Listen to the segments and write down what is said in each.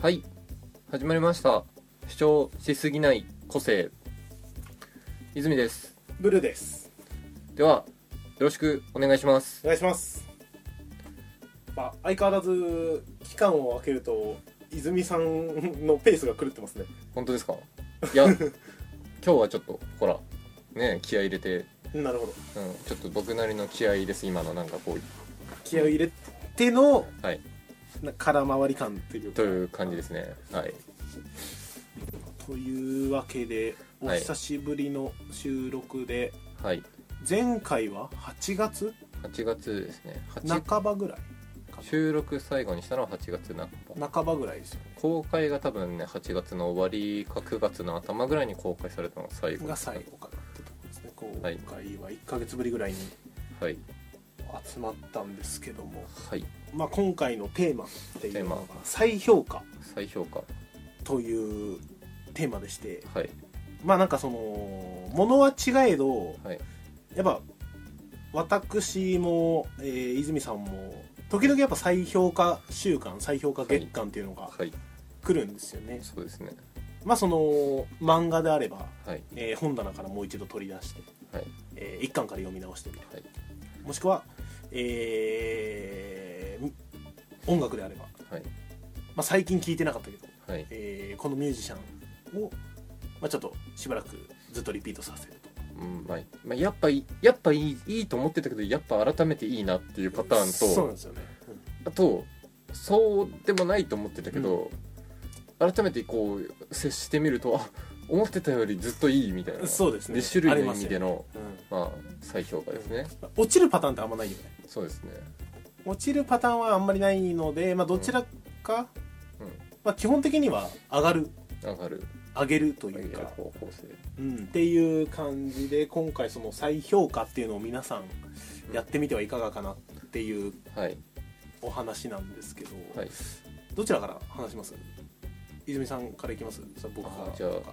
はい始まりました主張しすぎない個性泉ですブルーですではよろしくお願いしますお願いします、まあ、相変わらず期間を空けると泉さんのペースが狂ってますね本当ですかいや今日はちょっとほらね気合い入れて、なるほどうん、ちょっと僕なりの気合いです今のなんかこう気合を入れての、はいな空回り感っていうかという感じですねはいというわけでおはい久しぶりの収録で、はい前回は8月8月ですね8半ばぐらいか収録最後にしたのは8月半ばな半ばぐらいですよね公開が多分ね8月の終わりか9月の頭ぐらいに公開されたのが最後が最後かなってところですね今はい回は1ヶ月ぶりぐらいにはい集まったんですけども、はいまあ、今回のテーマっていうのがテ再評価再評価というテーマでしてはいまあなんかそのものは違えどはいやっぱ私も、えー泉さんも時々やっぱ再評価週間再評価月間っていうのがはい来るんですよね、そうですねまあその漫画であれば、はいえー本棚からもう一度取り出して、はいえ1巻から読み直してみるはいもしくは、えー音楽であれば、まはいあ、最近聴いてなかったけどはいえーこのミュージシャンを、まあ、ちょっとしばらくずっとリピートさせるとうんまあまあやっぱいやっぱいいいいと思ってたけどやっぱ改めていいなっていうパターンそうなとんですよね、あとそうでもないと思ってたけど、改めてこう接してみるとあ思ってたよりずっといいみたいなうんそうですねで種あ類りのま意す味でよのうんまあ再評価ですね、落ちるパターンってあんまないよねそうですね落ちるパターンはあんまりないので、まあ、どちらか、うんまあ、基本的には上がる上がる上げると上いげうるか、方向性うん、っていう感じで今回その再評価っていうのを皆さんやってみてはいかがかなっていうはいお話なんですけど、はいどちらから話します泉さんからいきますそれ僕かあらじゃあとか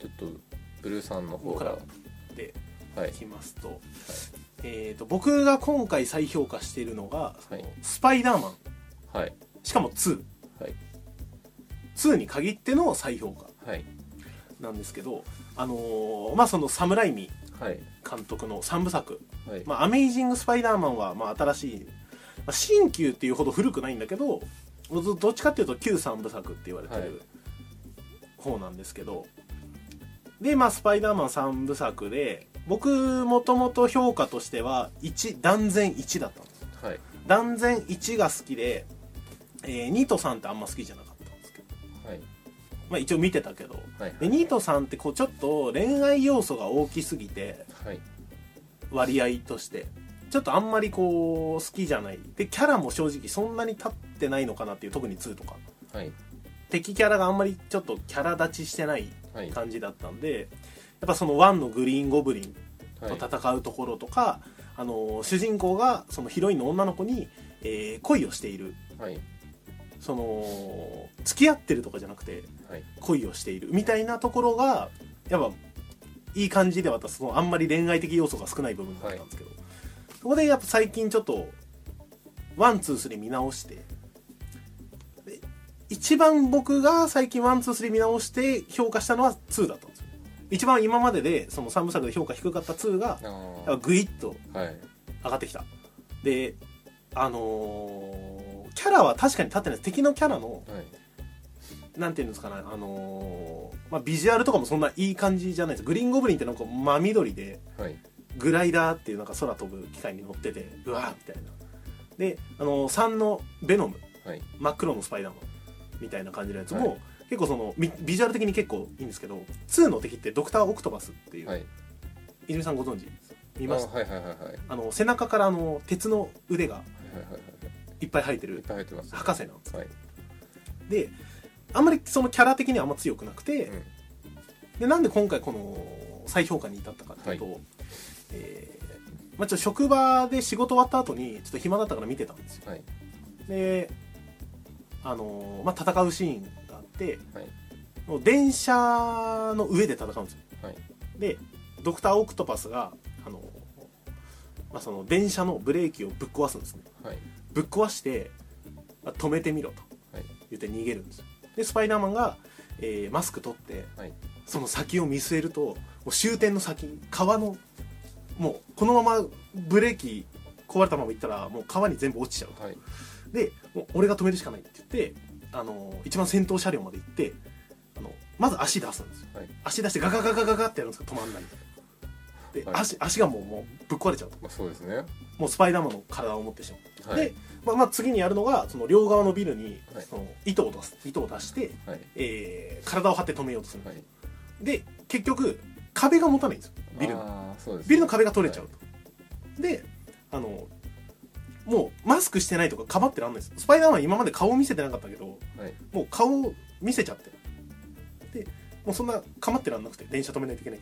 ちょっとブルーさんの方僕がらはでいいきますと,、えー、と僕が今回再評価しているのが「そはいのスパイダーマンはい」しかも2はい「2」に限っての再評価はいなんですけどあのーまあそのサムライミはい監督の3部作はい「まあ、アメイジング・スパイダーマンは」まあ、新しい、まあ、新旧っていうほど古くないんだけどどどっちかっていうと旧3部作って言われてはいる方なんですけど、でまあ「スパイダーマン」3部作で僕もともと評価としては1断然1だったんですはい断然1が好きで、えー2と3ってあんま好きじゃなかったんですけど、はいまあ、一応見てたけどはいで2と3ってこうちょっと恋愛要素が大きすぎてはい割合としてちょっとあんまりこう好きじゃないでキャラも正直そんなに立ってないのかなっていう特に2とかはい敵キャラがあんまりちょっとキャラ立ちしてないはい感じだったんでやっぱその1のグリーンゴブリンはいと戦うところとか、あの主人公がそのヒロインの女の子に、えー恋をしているはいその付き合ってるとかじゃなくてはい恋をしているみたいなところがやっぱいい感じではあったそのあんまり恋愛的要素が少ない部分だったんですけど、そこでやっぱ最近ちょっとワンツースリー見直してで一番僕が最近ワンツースリー見直して評価したのは2だったんですよ一番今まででその3部作で評価低かった2があやっぱグイッとーはい上がってきたであのーキャラは確かに立ってないです敵のキャラのはいなんていうんですかね、あのーまあ、ビジュアルとかもそんないい感じじゃないですグリーンゴブリンってなんか真緑ではいグライダーっていうなんか空飛ぶ機械に乗っててうわーみたいなで、あのー、3のベノムはい真っ黒のスパイダーマンみたいな感じのやつも、は結構そのみビジュアル的に結構いいんですけど2の敵ってドクター・オクトバスっていう、はい泉さんご存知見ましたあーはいはいはいはいはいはいあの背中からあの鉄の腕がはいいっぱい生えていっるぱい入ってます博士なんですはいであんまりそのキャラ的にはあんま強くなくて、うんでなんで今回この再評価に至ったかっていうと、えーまあ、ちょっと職場で仕事終わった後にちょっと暇だったから見てたんですよはいであのーまあ、戦うシーンがあって、はいもう電車の上で戦うんですよはいでドクター・オクトパスが、あのーまあ、その電車のブレーキをぶっ壊すんですねはいぶっ壊して、まあ止めてみろと、はい言って逃げるんですよでスパイダーマンが、えーマスク取ってはいその先を見据えるともう終点の先川のもうこのままブレーキ壊れたまま行ったらもう川に全部落ちちゃうとはいでもう俺が止めるしかないって言ってあの一番先頭車両まで行ってあのまず足出すんですよはい足出してガガガガガガってやるんですけど止まんないで、はい足足がもうもうぶっ壊れちゃうとまあそうですねもうスパイダーマンの体を持ってしまうはいで、まあ、まあ次にやるのがその両側のビルにはいその糸を出す糸を出して、はいえー体を張って止めようとする、はいで結局壁が持たないんですよビルのあーそうですねビルの壁が取れちゃうと、であのもうマスクしてないとかかばってらんないですスパイダーマン今まで顔を見せてなかったけどはいもう顔を見せちゃってるでもうそんなかまってらんなくて電車止めないといけない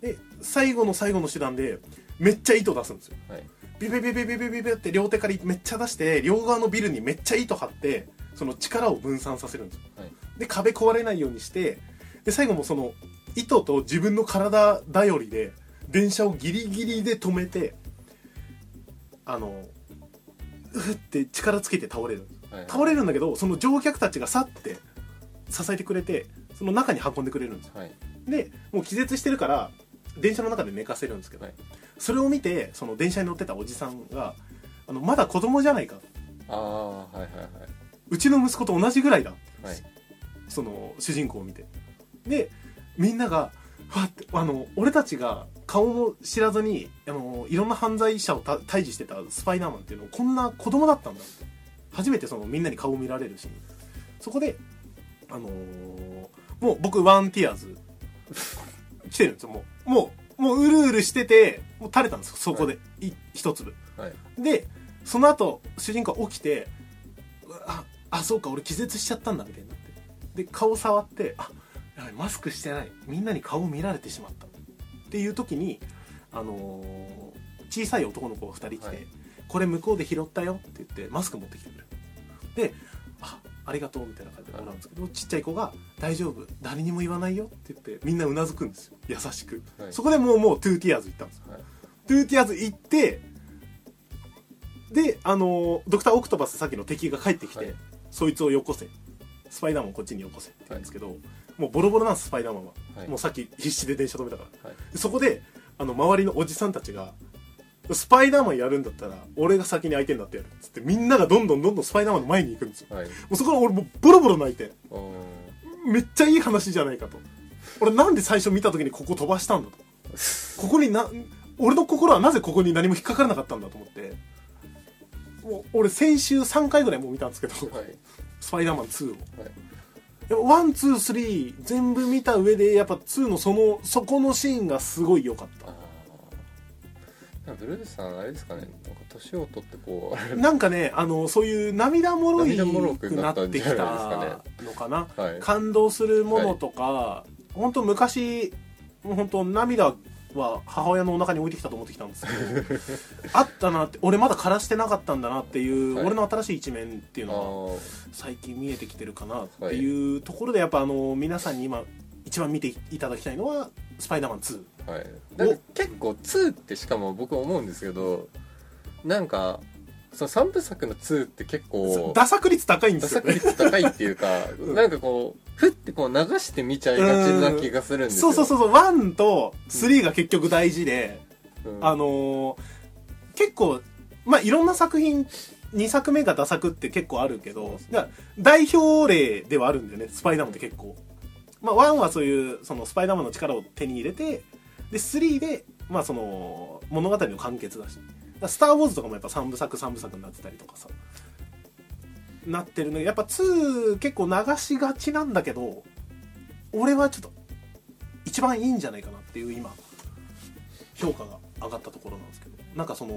で最後の最後の手段でめっちゃ糸出すんですよはいビビビビビビビビって両手からめっちゃ出して両側のビルにめっちゃ糸張ってその力を分散させるんですよ、はいで壁壊れないようにしてで最後もその糸と自分の体頼りで電車をギリギリで止めてあのうふって力つけて倒れるはいはい倒れるんだけどその乗客たちが去って支えてくれてその中に運んでくれるんですよはいでもう気絶してるから電車の中で寝かせるんですけど、はいそれを見てその電車に乗ってたおじさんがあのまだ子供じゃないかああはいはいはうちの息子と同じぐらいだいはいその主人公を見てでみんながわってあの俺たちが顔も知らずにあのいろんな犯罪者をた退治してたスパイダーマンっていうのはこんな子供だったんだって初めてそのみんなに顔を見られるしそこであのーもう僕ワンティアーズ来てるんですよもうもうもううるうるしててもう垂れたんですよそこで、い一粒はいでその後主人公は起きてうわああそうか俺気絶しちゃったんだみたいになってで顔触ってあやばいマスクしてないみんなに顔を見られてしまったっていう時に、あのー小さい男の子が2人来て、はいこれ向こうで拾ったよ」って言ってマスク持ってきてくれるで「あありがとう」みたいな感じでもらうんですけど、ちっちゃい子が「大丈夫誰にも言わないよ」って言ってみんなうなずくんですよ優しく、はいそこでもうもうトゥーティアーズ行ったんですはいトゥーティアーズ行ってであのードクター・オクトパスさっきの敵が帰ってきて、はいそいつをよこせスパイダーマンをこっちによこせって言うんですけど、もうボロボロなんですスパイダーマンは、はいもうさっき必死で電車止めたからはいでそこであの周りのおじさんたちがスパイダーマンやるんだったら俺が先に相手になってやるっつってみんながどんどんどんどんスパイダーマンの前に行くんですよはいもうそこから俺もうボロボロ泣いておーめっちゃいい話じゃないかと俺なんで最初見た時にここ飛ばしたんだとここにな俺の心はなぜここに何も引っかからなかったんだと思ってもう俺先週3回ぐらいもう見たんですけど はい「スパイダーマン2」をはいやっぱ123全部見た上でやっぱ2のそのそこのシーンがすごい良かったああブルースさんあれですかねなんか年を取ってこうあれ なんかねあのそういう涙もろい涙もろくくななっったんてじきゃなたいですかのかなはい感動するものとか、本当昔もう本当涙は母親のお腹に置いてきたと思ってきたんですけ どあったなって俺まだ枯らしてなかったんだなっていう、はい俺の新しい一面っていうあのーが最近見えてきてるかなっていうところでやっぱあの皆さんに今一番見ていただきたいのは「スパイダーマン2」はい、なんか結構2ってしかも僕思うんですけどなんかその3部作の2って結構ダサ作率高いんで打すよ作ね率高いっていうか、 うんなんかこうふってこう流して見ちゃいがちな気がするんですそようそうそうそう1と3が結局大事で、うん、あのー結構まあいろんな作品2作目がダ作って結構あるけどだから代表例ではあるんだよねスパイダーマンって結構、まあ、1はそういうそのスパイダーマンの力を手に入れてで3で、まあ、その物語の完結だしだからスター・ウォーズ」とかもやっぱ3部作3部作になってたりとかさなってるのやっぱ2結構流しがちなんだけど俺はちょっと一番いいんじゃないかなっていう今評価が上がったところなんですけどなんかその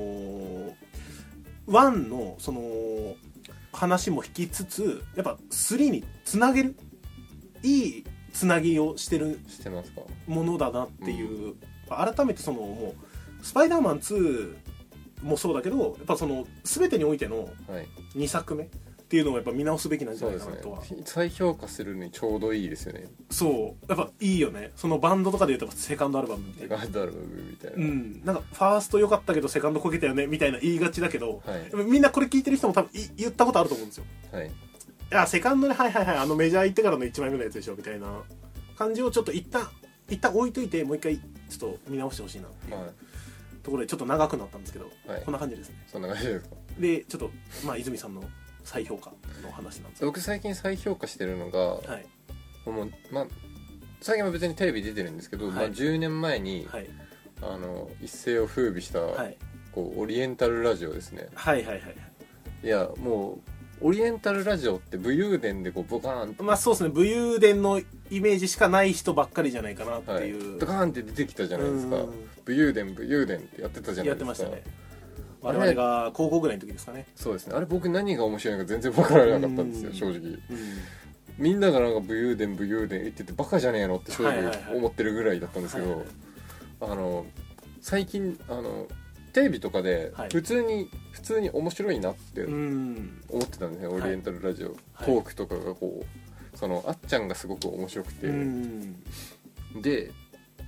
1のその話も引きつつやっぱ3につなげるいいつなぎをしてるしてますかものだなっていう、改めてそのもう「スパイダーマン2」もそうだけどやっぱその全てにおいてはのい2作目っていうのをやっぱ見直すべきなんじゃそうないですかなねとはそう,、再評価するにちょうどいいですよねやっぱいいよねそのバンドとかで言うとセカンドアルバムみたいセなカンドアルバムみたいな、うんなんかファースト良かったけどセカンドこけたよねみたいな言いがちだけど、はやっぱみんなこれ聞いてる人も多分い言ったことあると思うんですよいはいあセカンドではいはいはいあのメジャー行ってからの1枚目のやつでしょみたいな感じをちょっと一旦一旦置いといてもう一回ちょっと見直してほしいなっていうはところでちょっと長くなったんですけど、い、はいこん、な感じですねそんな感じですかでちょっとまあ泉さんの再評価の話なんですけ僕最近再評価してるのがどはいもうまあ最近は別にテレビ出てるんですけど、はいまあ、10年前に、はいあの一世を風靡した、はいこうオリエンタルラジオですねはいはいはいいやもうオリエンタルラジオって武勇伝でこうボカーンと、まあそうですね武勇伝のイメージしかない人ばっかりじゃないかなってはいいう、ドカーンって出てきたじゃないですかうん武勇伝武勇伝ってやってたじゃなやいっでてすかましたね我々が高校ぐらいの時ですかねそうですねあれ僕何が面白いのか全然分からなかったんですうよん正直うんみんながなんか武勇伝武勇伝言っててバカじゃねえのって正はい直はいはい思ってるぐらいだったんですけはいどはいあの最近あのテレビとかではい普通に、普通に面白いなってうん思ってたんですね、いオリエンタルラジオ、はいトークとかがこうそのあっちゃんがすごく面白くて、うんで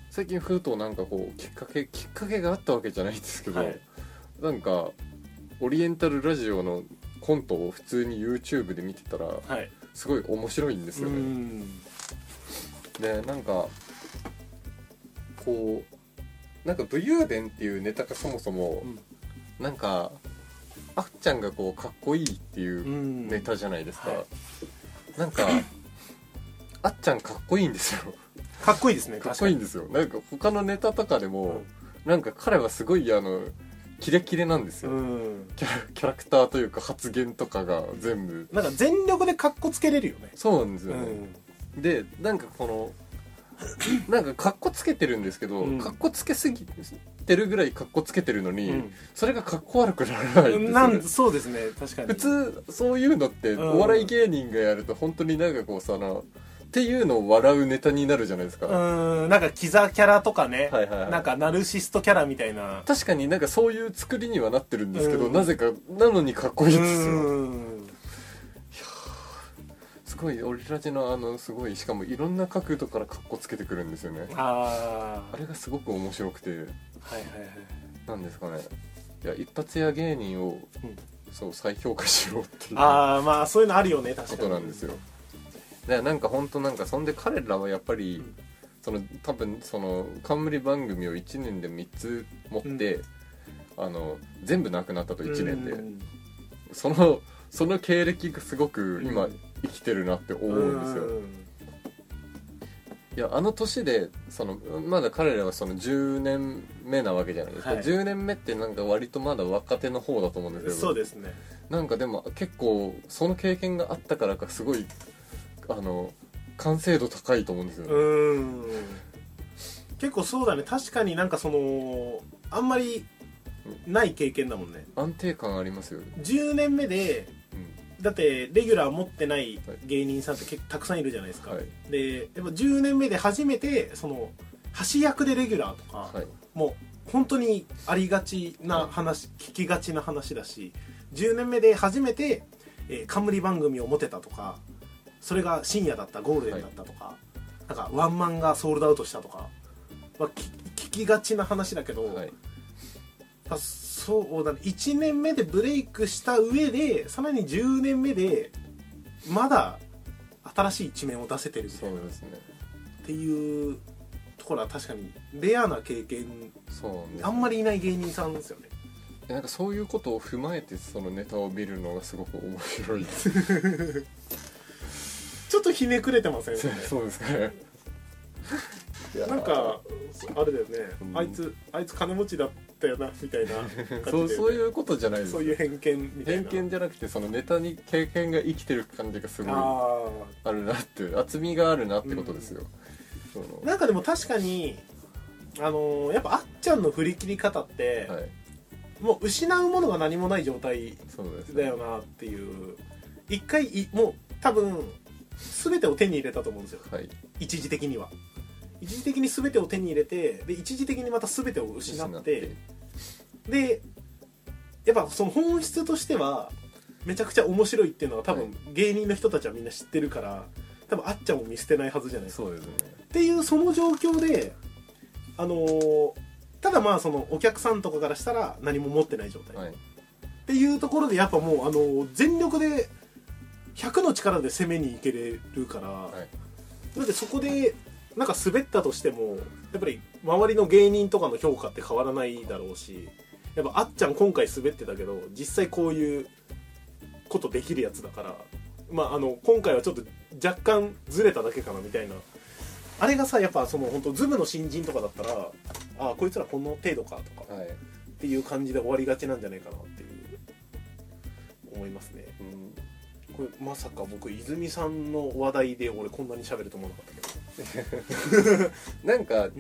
最近ふとなんかこうきっかけきっかけがあったわけじゃないんですけど、はいなんかオリエンタルラジオのコントを普通に YouTube で見てたらはいすごい面白いんですうよね、んでなんかこうなんか武勇伝っていうネタがそもそも、なんかあっちゃんがこうかっこいいっていううんネタじゃないですか、はなんかあっちゃんかっこいいんですよかっこいいですねかっ確こかいいにんですよなんか他のネタとかでうもん、なんか彼はすごいあのキレキレなんですよ、うんキャラキャラクターというか発言とかが全部なんか全力でかっこつけれるよねそうなんですうよね、んでなんかこのなんかかっこつけてるんですけど、うんかっこつけすぎてるぐらいかっこつけてるのに、それがかっこ悪くならないですようねんなんそうですね確かに普通そういうのってうんお笑い芸人がやると本当になんかこうさなっていうのを笑うネタになるじゃないですか、うんなんかキザキャラとかね、はいはいはいなんかナルシストキャラみたいな確かになんかそういう作りにはなってるんですけど、うんなぜかなのにかっこいいですよ、うんすごいオリラジのあのすごいしかもいろんな角度からかっこつけてくるんですよねああれがすごく面白くてあはいはいはいなんですかねいや一発屋芸人を、うんそう再評価しようっていうこああまあそういうのあるよね確かにとなんですよだからなんか本当なんかそんで彼らはやっぱり、うんその多分その冠番組を1年で3つ持って、あの全部なくなったと1年で、うんそのその経歴がすごく今、うん生きてるなって思うんですよ、いやあの年でそのまだ彼らはその10年目なわけじゃないですか、はい10年目ってなんか割とまだ若手の方だと思うんですうけんどそうですねなんかでも結構その経験があったからかすごいあの完成度高いと思うんですよね、うん結構そうだね確かになんかそのあんまりない経験だもんね安定感ありますよ、 10年目でうんだってレギュラー持ってない芸人さんって結構たくさんいるじゃないですか、はいでやっぱ10年目で初めてその橋役でレギュラーとか、はい、もう本当にありがちな話、聞きがちな話だし10年目で初めて、えー冠番組を持てたとかそれが深夜だったゴールデンだったとか、なんかワンマンがソールドアウトしたとかは聞聞きがちな話だけど、はいまあそうだね1年目でブレイクした上でさらに10年目でまだ新しい一面を出せてるみたそいうなですねっていうところは確かにレアな経験そうなんですあんまりいない芸人さんですよねなんかそういうことを踏まえてそのネタを見るのがすごく面 白いちょっとひねくれてませんねそうですねいやなんかあれだよね、うんあいつあいつ金持ちだったよなみたいな感じで、そうそういうことじゃないですそういう偏見みたい偏な見じゃなくてそのネタに経験が生きてる感じがすごいああるなって厚みがあるなってことですよ、あなんかでも確かにあのーやっぱあっちゃんの振り切り方ってそ、のはいもう失うものが何もない状態そうですだよなっていう一回いもう多分全てを手に入れたと思うんですよはい一時的には一時的に全てを手に入れてで一時的にまた全てを失ってでやっぱその本質としてはめちゃくちゃ面白いっていうのは多は分芸人の人たちはみんな知ってるから多分あっちゃんも見捨てないはずじゃないですかそうですねっていうその状況であのーただまあそのお客さんとかからしたら何も持ってない状態、はいっていうところでやっぱもうあの全力で100の力で攻めにいけれるから、いだってそこでなんか滑ったとしてもやっぱり周りの芸人とかの評価って変わらないだろうしやっぱあっちゃん今回滑ってたけど実際こういうことできるやつだから、まあ、あの今回はちょっと若干ずれただけかなみたいなあれがさやっぱその本当ズムの新人とかだったらああこいつらこの程度かとかはい、っていう感じで終わりがちなんじゃないかなっていう思いますねうん、これまさか僕泉さんの話題で俺こんなに喋ると思わなかったけどなんかん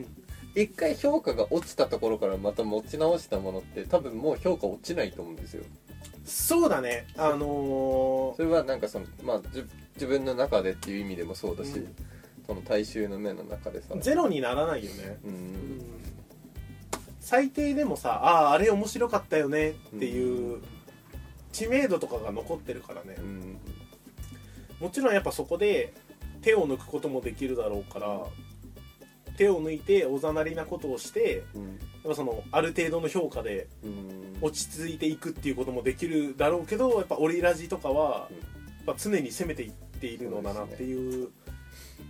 一回評価が落ちたところからまた持ち直したものって多分もう評価落ちないと思うんですよそうだねあのそれはなんかそのまあじ自分の中でっていう意味でもそうだし、うんその大衆の目の中でさー、ゼロにならないよね、ううんん、最低でもさあああれ面白かったよねっていう知名度とかが残ってるからねうんもちろんやっぱそこで手を抜くこともできるだろうから手を抜いておざなりなことをしてうんやっぱそのある程度の評価でうん落ち着いていくっていうこともできるだろうけどやっぱオリラジとかは、うんやっぱ常に攻めていっているのだなっていう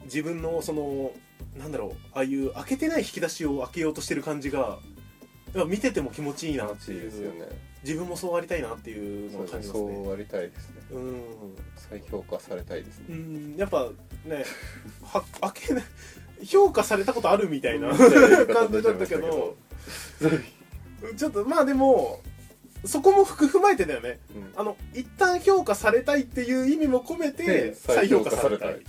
自分のそのなんだろうああいう開けてない引き出しを開けようとしてる感じがやっぱ見てても気持ちいいな楽ってしいいですようね自分もそうありたいなっていうそのをう感ねじますねそうありたいですねうん再評価されたい ですうねんやっぱね は開けない評価されたことあるみたいなうん感じだったけどちょっとまあでもそこも含まえてだよねうんあの一旦評価されたいっていう意味も込めてで再評価された再い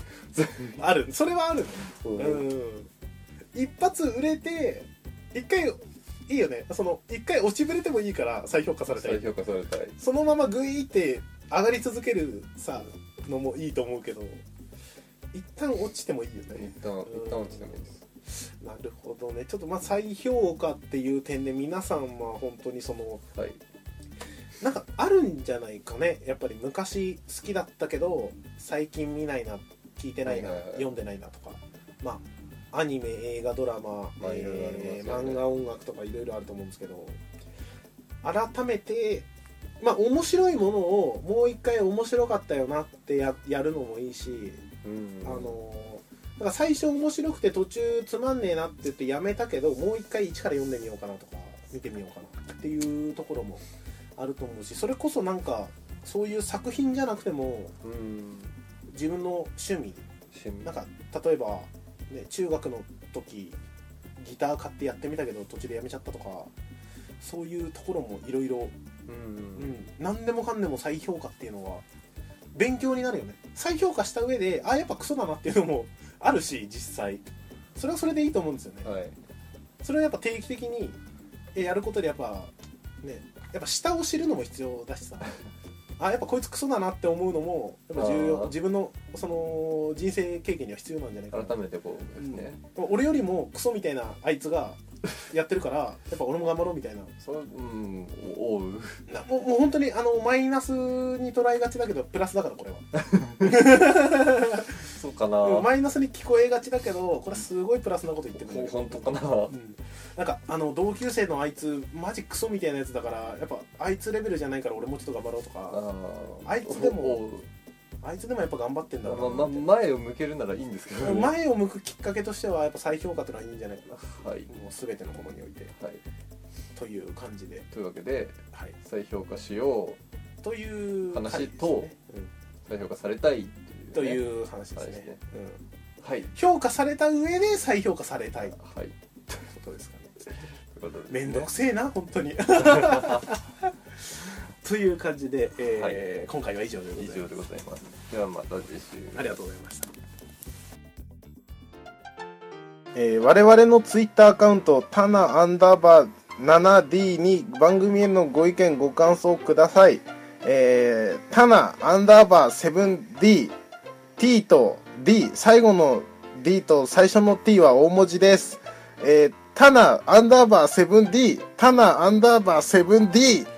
評あるそれはあるそううん一発売れて一回いいよねその一回落ちぶれてもいいから再評価された再い評価されたいそのままグイって上がり続けるさのもいいと思うけど一旦落ちてもいいよね一旦一旦落ちてもいいですなるほどねちょっとまあ再評価っていう点で皆さんは本当にそのはいなんかあるんじゃないかねやっぱり昔好きだったけど最近見ないな聞いてないな、はいはいはい読んでないなとかまあアニメ映画ドラマ、まあいろいろありえーますよね漫画音楽とかいろいろあると思うんですけど改めてまあ面白いものをもう一回面白かったよなってややるのもいいし、うんあのーなんか最初面白くて途中つまんねえなって言ってやめたけどもう一回一から読んでみようかなとか見てみようかなっていうところもあると思うしそれこそなんかそういう作品じゃなくてもうん自分の趣味趣味なんか例えば、ね、中学の時ギター買ってやってみたけど途中でやめちゃったとかそういうところもいろいろううんん、何でもかんでも再評価っていうのは勉強になるよね再評価した上であやっぱクソだなっていうのも あるし実際それはそれでいいと思うんですよね、はいそれはやっぱ定期的にえやることでやっぱねやっぱ下を知るのも必要 だしさあやっぱこいつクソだなって思うのもやっぱ重あ要ー自分のその人生経験には必要なんじゃないかな改めてこうですね俺よりもクソみたいなあいつがやってるからやっぱ俺も頑張ろうみたいなそううんおおう なもうもう本当にあのマイナスに捉えがちだけどプラスだからこれはそうかなでももマイナスに聞こえがちだけどこれすごいプラスなこと言ってくるう本当かなうん、なんかあの同級生のあいつマジクソみたいなやつだからやっぱあいつレベルじゃないから俺もちょっと頑張ろうとかああいつでもおうあいつでもやっぱ頑張ってんだなまま前を向けるならいいんですけど前を向くきっかけとしてはやっぱ再評価というのはいいんじゃないかなはいもう全てのものにおいてはいという感じで、というわけではい、再評価しようという話回ですねとうん再評価されたいとうねいう話ですねそうですねうんはい評価された上で再評価されたいってはいことですかねということでめんどくせえな本 当にという感じで、えーはい今回は以上でござい以ます上でございますではまた次週ありがとうございました、えー我々のツイッターアカウントタナアンダーバー 7D に番組へのご意見ご感想ください、えー、タナアンダーバー 7DT と D 最後の D と最初の T は大文字です、えー、タナアンダーバー 7D タナアンダーバー 7D